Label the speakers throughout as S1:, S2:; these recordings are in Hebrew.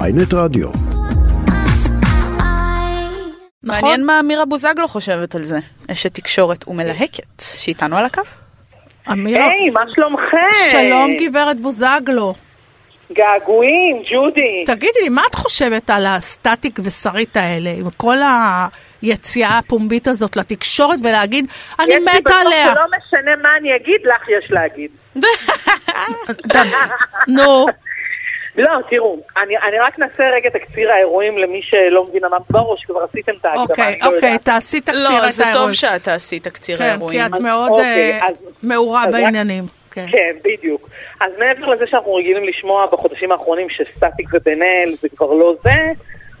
S1: ויינט רדיו.
S2: מעניין מה מירה בוזגלו חושבת על זה, אשת תקשורת ומלהקת, שאיתנו על הקו.
S3: אמירה,
S4: היי, מה שלומכם?
S3: לא. שלום גברת בוזגלו.
S4: געגועים, ג'ודי.
S3: תגידי לי, מה את חושבת על הסטטיק ושרית האלה, עם כל היציאה הפומבית הזאת לתקשורת ולהגיד, אני
S4: יש לי
S3: מתה
S4: בטוח
S3: עליה.
S4: שלא משנה מה אני אגיד, לך יש להגיד.
S3: נו,
S4: לא, תראו, אני, אני רק נעשה רגע תקציר האירועים למי שלא מבין מה בראש, כבר עשיתם את ההקדמה,
S3: אוקיי,
S4: אני לא
S3: אוקיי,
S4: יודעת.
S3: תעשי תקציר את האירועים.
S2: לא, זה טוב לא שאת תעשי תקציר
S3: כן,
S2: האירועים.
S3: כי את מאוד
S4: אוקיי,
S3: אה,
S4: אז-
S3: מעורה
S4: אז רק-
S3: בעניינים. כן.
S4: כן, בדיוק. אז מעבר לזה שאנחנו רגילים לשמוע בחודשים האחרונים שסטטיק ובן אל זה כבר לא זה,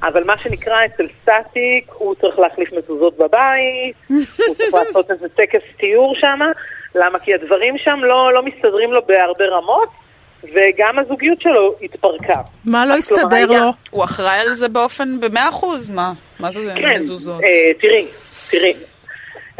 S4: אבל מה שנקרא אצל סטטיק, הוא צריך להחליף מזוזות בבית, הוא צריך לעשות איזה טקס טיור שם, למה? כי הדברים שם לא, לא מסתדרים לו בהרבה רמות, וגם הזוגיות שלו התפרקה.
S3: מה לא
S4: כלומר,
S3: הסתדר
S4: היה-
S3: לו?
S2: הוא אחראי על זה באופן במאה אחוז, מה? מה זה זה
S4: כן,
S2: מזוזות?
S4: אה, תראי, תראי.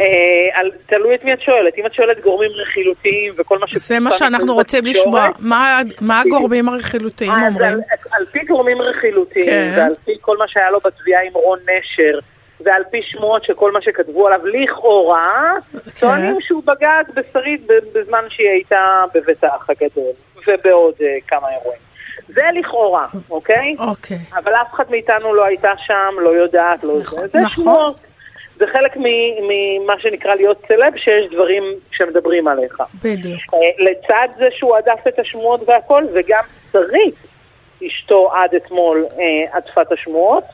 S4: אה, על- תלוי את מי את שואלת. אם את שואלת גורמים רכילותיים וכל מה ש...
S3: זה מה שאנחנו רוצים לשמוע. מה- מה הגורמים הרכילותיים
S4: אז
S3: אומרים?
S4: על, על פי גורמים רכילותיים,
S3: כן.
S4: כן. ועל פי כל מה שהיה לו בתביעה עם רון נשר, ועל פי שמועות שכל מה שכתבו עליו לכאורה,
S3: אוקיי.
S4: טוענים שהוא בגד בשרית ב- בזמן שהיא הייתה בבית האח הגדול, ובעוד אה, כמה אירועים. זה לכאורה, אוקיי?
S3: אוקיי.
S4: אבל אף אחד מאיתנו לא הייתה שם, לא יודעת, לא
S3: נכון,
S4: זה. זה
S3: נכון.
S4: שמועות. זה חלק מ- ממה שנקרא להיות סלב, שיש דברים שמדברים עליך.
S3: בדיוק.
S4: אה, לצד זה שהוא הדף את השמועות והכל, וגם שרית, אשתו עד אתמול, אה, עדפה את השמועות.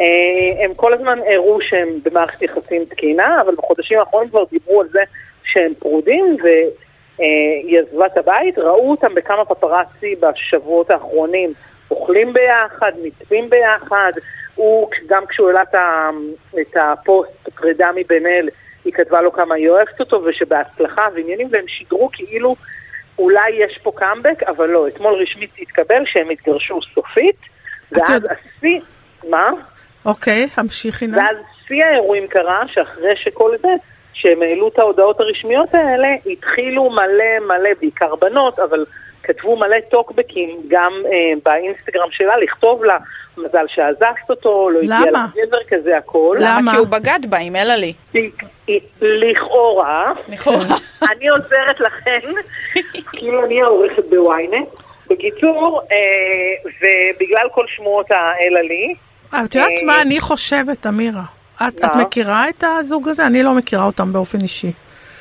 S4: אה, הם כל הזמן הראו שהם במערכת יחסים תקינה, אבל בחודשים האחרונים כבר דיברו על זה שהם פרודים, והיא אה, עזבה את הבית, ראו אותם בכמה פפראצי בשבועות האחרונים, אוכלים ביחד, מתפים ביחד. הוא, גם כשהוא העלה את ה- את הפוסט פרידה מבן אל, היא כתבה לו כמה היא אוהבת אותו, ושבהצלחה ועניינים, והם שידרו כאילו אולי יש פה קאמבק, אבל לא, אתמול רשמית התקבל שהם התגרשו סופית, ואז
S3: יודע-
S4: השיא, מה?
S3: אוקיי, המשיכי נא.
S4: ואז שיא האירועים קרה, שאחרי שכל זה, שהם העלו את ההודעות הרשמיות האלה, התחילו מלא מלא, בעיקר בנות, אבל כתבו מלא טוקבקים גם אה, באינסטגרם שלה, לכתוב לה, מזל שעזבת אותו, לא הגיע
S3: למה?
S4: לך גבר כזה, הכל.
S3: למה?
S2: כי הוא בגד בה, עם אלה לי.
S4: לכאורה,
S2: לכאורה.
S4: אני עוזרת לכן, כאילו אני העורכת בוויינט. בקיצור, אה, ובגלל כל שמועות האלה לי,
S3: אה, את יודעת מה אני חושבת, אמירה? את, את
S4: מה?
S3: מכירה את הזוג הזה? אני לא מכירה אותם באופן אישי.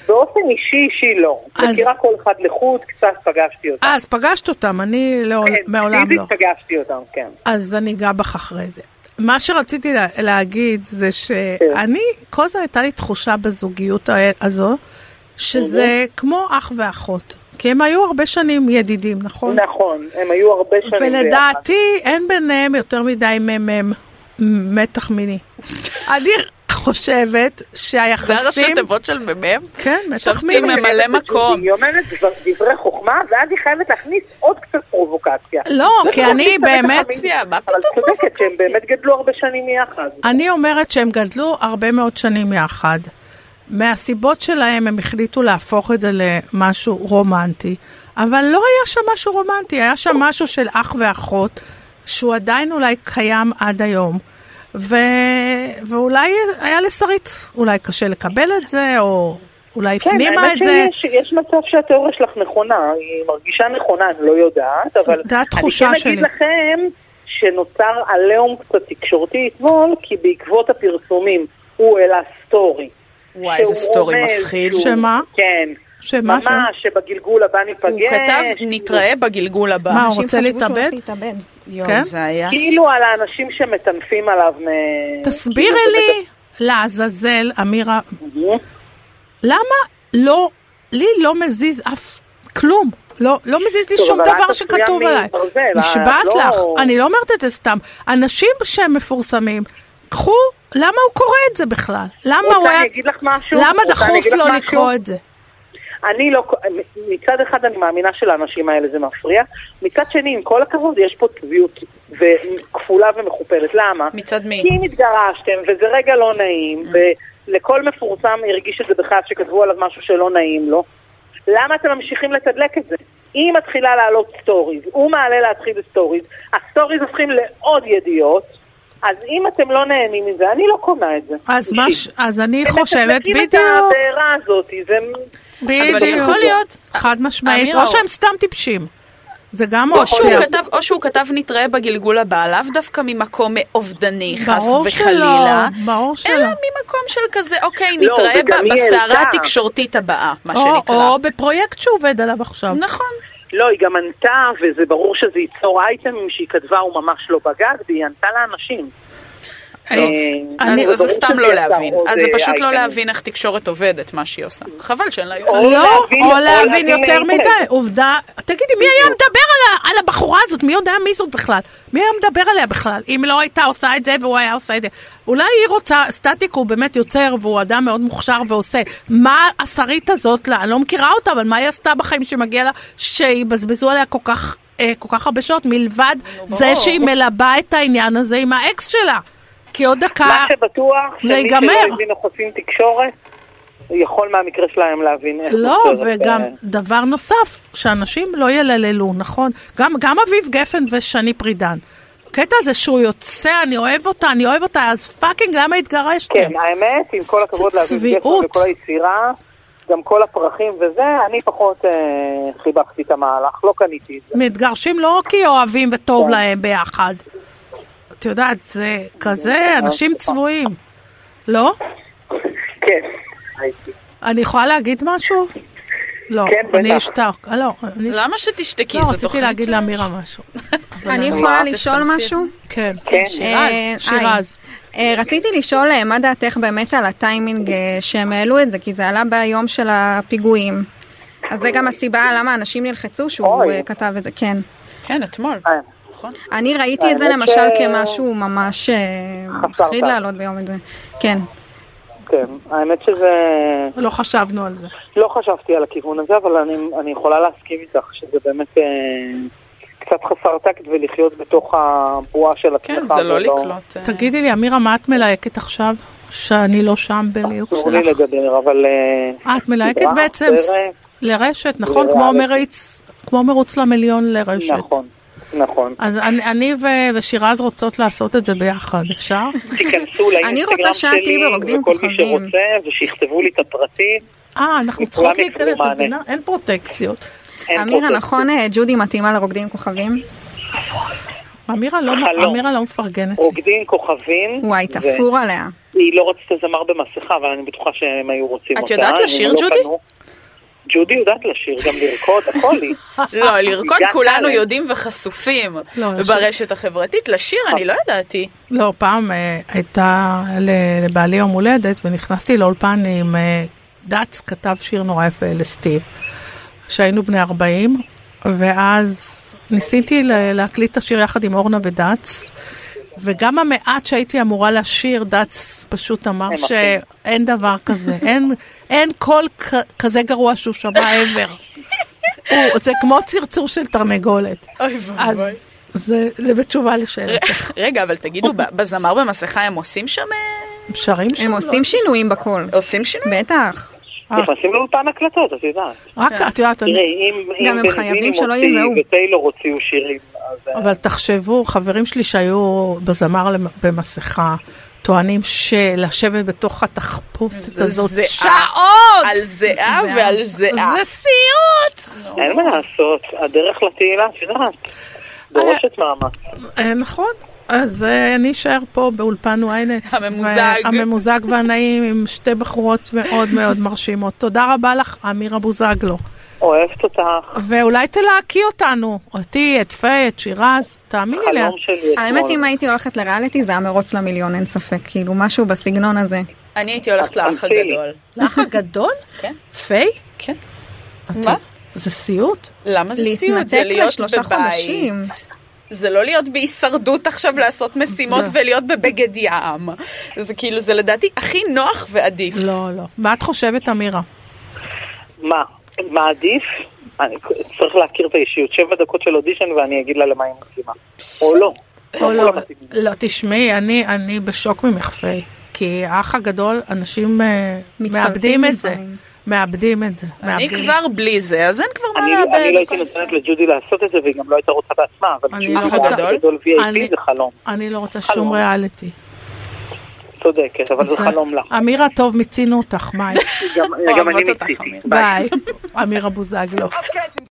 S4: באופן אישי אישי לא.
S3: אז-
S4: מכירה כל אחד לחוד, קצת פגשתי אותם.
S3: אה, אז פגשת אותם, אני לא,
S4: כן,
S3: מעולם לא.
S4: פיזית פגשתי אותם, כן.
S3: אז אני גם בך אחרי זה. מה שרציתי לה, להגיד
S4: כן.
S3: זה שאני, כל הזמן הייתה לי תחושה בזוגיות ה- הזו, שזה כמו אח ואחות. כי הם היו הרבה שנים ידידים, נכון?
S4: נכון, הם היו הרבה שנים ביחד.
S3: ולדעתי אין ביניהם יותר מדי מ"מ מתח מיני. אני חושבת
S2: זה
S3: שהיחסים...
S2: הראשי תיבות של מ"מ?
S3: כן, מתח
S2: חשבתי
S3: מיני.
S2: ממלא
S4: היא אומרת
S2: מקום.
S4: היא אומרת דבר- דברי חוכמה, ואז היא חייבת להכניס עוד קצת פרובוקציה.
S3: לא,
S4: זה
S3: כי
S4: לא
S3: אני
S4: מתחמק
S3: באמת...
S4: לחמיציה,
S2: מה
S4: אבל
S2: פתאום
S4: צודקת שהם
S2: פרובוקציה?
S4: באמת גדלו הרבה שנים יחד.
S3: אני אומרת שהם גדלו הרבה מאוד שנים יחד. מהסיבות שלהם הם החליטו להפוך את זה למשהו רומנטי, אבל לא היה שם משהו רומנטי, היה שם משהו של אח ואחות, שהוא עדיין אולי קיים עד היום. ו... ואולי היה לשרית, אולי קשה לקבל את זה, או אולי הפנימה
S4: כן, האמת
S3: את זה.
S4: שיש- יש מצב שהתיאוריה שלך נכונה, היא מרגישה נכונה, אני לא יודעת, אבל
S3: זה התחושה
S4: אני כן
S3: שלי.
S4: אגיד לכם שנוצר עליהום קצת תקשורתי אתמול, כי בעקבות הפרסומים הוא העלה סטורי.
S2: וואי, איזה
S4: שהוא
S2: סטורי
S4: רומז
S2: מפחיד.
S4: שהוא-
S3: שמה?
S4: כן.
S3: שמה
S4: ממש, שבגלגול הבא ניפגש.
S2: הוא כתב, נתראה בגלגול הבא.
S3: מה, הוא
S5: אנשים
S3: רוצה
S5: חשבו שהוא
S3: להתאבד?
S5: הולך להתאבד.
S3: כן?
S2: יואו, זה היה...
S4: כאילו על האנשים שמטנפים עליו. מ-
S3: תסבירי לי, לעזאזל, אמירה,
S4: כאילו,
S3: למה לא, לי לא מזיז אף כלום. לא, לא מזיז לי
S4: טוב,
S3: שום
S4: אבל את
S3: דבר
S4: עשויה
S3: שכתוב עליי.
S4: מברזל, אה,
S3: נשבעת
S4: לא-
S3: לך, אני לא אומרת את זה סתם. אנשים שהם מפורסמים, קחו, למה הוא קורא את זה בכלל? למה הוא
S4: רוצה
S3: היה...
S4: אני אגיד לך משהו?
S3: למה
S4: רוצה אני
S3: דחוף
S4: אגיד לך
S3: לו
S4: משהו?
S3: לקרוא את זה?
S4: אני לא, מצד אחד אני מאמינה שלאנשים האלה זה מפריע, מצד שני, עם כל הכבוד, יש פה צביעות ו- כפולה ומכופלת. למה?
S2: מצד מי?
S4: כי אם התגרשתם, וזה רגע לא נעים, ולכל מפורסם הרגיש את זה בחייו שכתבו עליו משהו שלא נעים לו, למה אתם ממשיכים לתדלק את זה? היא מתחילה להעלות סטוריז, הוא מעלה להתחיל סטוריז, הסטוריז הופכים לעוד ידיעות, אז אם אתם לא נהנים מזה, אני לא קונה את זה.
S3: אז, מה, ש-
S4: אישית.
S3: אז אני
S4: הם
S3: חושבת,
S4: מתדלקים את
S3: בדיוק,
S4: הבעירה הזאת, זה...
S2: אבל
S3: בדיוק,
S2: יכול להיות,
S3: חד משמעית,
S2: אמירה,
S3: או
S2: או-
S3: שהם סתם טיפשים. זה גם
S2: או שהוא,
S3: אופציה.
S2: כתב, או שהוא כתב נתראה בגלגול הבא, לאו דווקא ממקום אובדני, חס
S3: ברור
S2: וחלילה,
S3: שלא, ברור
S2: אלא
S3: שלא.
S2: ממקום של כזה, אוקיי,
S4: לא,
S2: נתראה
S4: וגם
S2: ב-
S4: היא
S2: בסערה
S4: העלתה.
S2: התקשורתית הבאה, מה
S3: או,
S2: שנקרא.
S3: או בפרויקט שהוא עובד עליו עכשיו.
S2: נכון.
S4: לא, היא גם ענתה, וזה ברור שזה ייצור אייטמים שהיא כתבה, הוא ממש לא בגד, והיא ענתה לאנשים.
S3: טוב.
S4: אה,
S2: אז
S3: אני-
S4: ברור
S2: אז זה סתם
S4: שזה
S2: לא
S4: יצר
S2: להבין.
S4: עוד,
S2: אז זה
S4: אה,
S2: פשוט לא
S4: אייטמים.
S2: להבין איך תקשורת עובדת, מה שהיא עושה. חבל שאין לה...
S4: או-
S3: לא,
S4: להבין-
S3: או
S4: או
S3: להבין
S4: להבין
S3: יותר
S4: היטב.
S3: מדי, עובדה, תגידי, מי היה מדבר על ה- על הבחורה הזאת? מי יודע מי זאת בכלל? מי היה מדבר עליה בכלל? אם לא הייתה עושה את זה והוא היה עושה את זה. אולי היא רוצה, סטטיק הוא באמת יוצר והוא אדם מאוד מוכשר ועושה. מה השרית הזאת, לה? אני לא מכירה אותה, אבל מה היא עשתה בחיים שמגיע לה, שיבזבזו עליה כל כך... אה, כל כך הרבה שעות מלבד
S2: לא ברור.
S3: זה שהיא מלבה את העניין הזה עם האקס שלה כי עוד דקה
S4: מה שבטוח,
S3: אה, זה
S4: שמי שלא
S3: ייגמר.
S4: הבין איך עושים תקשורת, יכול מהמקרה שלהם להבין איך
S3: לא,
S4: תקשורת,
S3: וגם
S4: אה,
S3: דבר נוסף, שאנשים לא ילללו, נכון? גם, גם אביב גפן ושני פרידן. הקטע הזה שהוא יוצא, אני אוהב אותה, אני אוהב אותה, אז פאקינג למה התגרשתם?
S4: כן, האמת, עם כל הכבוד לאביב גפן
S3: צביעות.
S4: וכל היצירה, גם כל הפרחים וזה, אני פחות אה, חיבקתי את המהלך, לא קניתי את זה.
S3: מתגרשים לא כי אוהבים וטוב
S4: כן.
S3: להם ביחד. את יודעת, זה כזה,
S4: אה,
S3: אנשים צבועים. לא?
S4: כן, הייתי.
S3: אני יכולה להגיד משהו? לא,
S4: כן, בטח.
S3: אני אשתק. אה, לא, אני אשתק.
S2: למה שתשתקי?
S3: לא,
S2: זו
S3: רציתי
S2: תוכנית
S3: להגיד
S2: של-
S3: לאמירה משהו.
S1: אני
S4: אבל-
S1: יכולה
S2: מה,
S1: לשאול
S2: תסמסי.
S1: משהו?
S3: כן.
S4: כן,
S1: אה,
S3: שירז.
S1: היי. אה, רציתי לשאול אה, מה דעתך באמת על הטיימינג אה, שהם העלו את זה, כי זה עלה ביום של הפיגועים. אז זה גם הסיבה למה אנשים נלחצו שהוא
S4: אוי.
S1: אה, כתב את זה, כן.
S2: כן, אתמול.
S4: אה,
S2: נכון.
S1: אני ראיתי את זה
S4: האמת
S1: למשל
S4: ש-
S1: כמשהו ממש אה,
S4: חסר
S1: מחריד
S4: טעם.
S1: לעלות ביום את זה. כן.
S4: כן, האמת שזה...
S3: לא חשבנו על זה.
S4: לא חשבתי על הכיוון הזה, אבל אני, אני יכולה להסכים איתך שזה באמת אה, קצת חסר טקט ולחיות בתוך הבועה של עצמך.
S2: כן, זה לא
S4: ולא-
S2: לקלוט. אה,
S3: תגידי לי, אמירה, מה את מלהקת עכשיו? שאני לא שם בליוק
S4: אסור לי
S3: שלך.
S4: לדבר, אבל... אה,
S3: אה, את מלהקת
S4: סדרה,
S3: בעצם
S4: סרט,
S3: לרשת, נכון? כמו
S4: לריאליטי.
S3: מריץ, כמו מרוץ למיליון לרשת.
S4: נכון, נכון.
S3: אז אני, אני ו- ושירז רוצות לעשות את זה ביחד, אפשר?
S4: תיכנסו לאינסטגרם
S1: רוצה שעה
S4: שלי,
S1: טיבר, רוקדים
S4: וכל מי
S1: כוכבים.
S4: שרוצה, ושיכתבו לי את הפרטים.
S3: אה, אנחנו
S4: לכולם
S3: צריכות
S4: יקבלו
S3: להיכנס, את
S4: מענה.
S3: מבינה? אין פרוטקציות.
S4: אין
S1: אמירה,
S4: פרוטקציה.
S1: נכון, אה, ג'ודי מתאימה לרוקדים עם כוכבים?
S3: אמירה לא,
S4: חלום.
S3: אמירה לא מפרגנת. לי.
S4: רוקדים כוכבים.
S1: וואי,
S4: ו-
S1: תפור עליה.
S4: היא לא רצתה זמר במסכה, אבל אני בטוחה שהם היו רוצים
S2: את
S4: אותה.
S2: יודעת
S4: הם
S2: לשיר,
S4: לא
S2: ג'ודי?
S4: קנו. ג'ודי יודעת לשיר, גם לרקוד, הכל היא.
S2: לא, לרקוד
S4: הגעת
S2: כולנו
S4: עליהם.
S2: יודעים וחשופים
S3: לא, אה. לשיר-
S2: ברשת החברתית. לשיר אני לא ידעתי.
S3: לא, פעם אה, הייתה ל- לבעלי יום הולדת ונכנסתי לאולפן עם אה, דץ כתב שיר נורא יפה לסטיב, שהיינו בני 40, ואז ניסיתי ל- להקליט את השיר יחד עם אורנה ודץ, וגם המעט שהייתי אמורה לשיר, דץ פשוט אמר
S4: הם אחים.
S3: שאין דבר כזה, אין, אין קול כ- כזה גרוע שהוא שמע ever. הוא- זה כמו צרצור של תרנגולת.
S2: אוי
S3: אז זה זה בתשובה לשאלתך.
S2: רגע, אבל תגידו, ב- בזמר במסכה הם עושים שם... אה,
S3: הם שרים שם? לא?
S4: לא.
S1: הם עושים שינויים בקול.
S2: עושים שינוי?
S1: בטח.
S3: אה.
S4: נכנסים לאולפן הקלטות, את יודעת.
S3: רק
S2: כן.
S3: את יודעת, אני-
S4: תראי, אם
S1: גם הם
S4: אם
S1: חייבים
S4: בנזינים
S1: שלא
S4: הוציא
S1: יזהו.
S4: וטיילור הוציאו שירים, אז... אה,
S3: אבל תחשבו, חברים שלי שהיו בזמר למ- במסכה, טוענים שלשבת בתוך התחפושת
S2: זה
S3: הזאת
S2: זיעה.
S3: שעות!
S2: על זיעה ועל זיעה.
S3: זה סיוט!
S4: אין מה לעשות, הדרך לתהילה, את יודעת, דורשת מאמץ.
S3: אה, נכון. אז אה, אני אשאר פה באולפן ynet.
S2: הממוזג.
S3: וה- הממוזג והנעים עם שתי בחורות מאוד מאוד מרשימות. תודה רבה לך, אמירה בוזגלו.
S4: אוהבת אותך,
S3: ואולי תלהקי אותנו, אותי, את פיי, את שירז, תאמיני לי.
S4: חלום שלי אתמול.
S1: האמת, אם הייתי הולכת לריאליטי, זה היה מרוץ למיליון, אין ספק. כאילו, משהו בסגנון הזה.
S2: אני הייתי הולכת לאח
S4: תמשיכי.
S2: הגדול.
S3: לך הגדול?
S2: כן.
S3: פיי?
S2: כן.
S3: את-
S2: מה?
S3: זה סיוט?
S2: למה זה
S1: להתנתק
S2: סיוט? זה להיות לא
S1: לשלושה
S2: בבית.
S1: חודשים.
S2: זה לא להיות בהישרדות עכשיו לעשות משימות
S3: זה-
S2: ולהיות בבגד ים. זה כאילו, זה לדעתי הכי נוח ועדיף.
S3: לא, לא. מה את חושבת, אמירה?
S4: מה, מה עדיף? אני- צריך להכיר את האישיות. שבע דקות של אודישן ואני אגיד לה למה היא מתאימה. או לא.
S3: או לא?
S4: כולם מתאימים.
S3: לא, תשמעי, אני, אני בשוק ממך, פיי. כי האח הגדול, אנשים אה,
S1: מתפלפים
S3: מאבדים את זה.
S1: לפעמים.
S3: מאבדים את זה.
S2: אני
S3: מאבדים.
S2: כבר בלי זה, אז אין כבר
S3: אה,
S2: מה
S4: אני
S2: לאבד.
S4: אני לא הייתי
S2: הכל
S4: נותנת
S2: בסדר.
S4: לג'ודי לעשות את זה, והיא גם לא הייתה רוצה בעצמה, אבל
S3: אני
S4: בשביל
S3: לא
S4: אדם
S3: רוצה.
S4: גדול
S3: אני-
S4: VIP זה חלום.
S3: אני לא רוצה שום
S4: חלום.
S3: ריאליטי.
S4: צודקת, אבל זה חלום לך.
S3: אמירה, טוב, מיצינו אותך, מאי.
S4: גם- גם אני
S2: אוהבות אותך,
S4: מיציתי.
S2: אמיר.
S3: ביי. אמירה בוזגלו.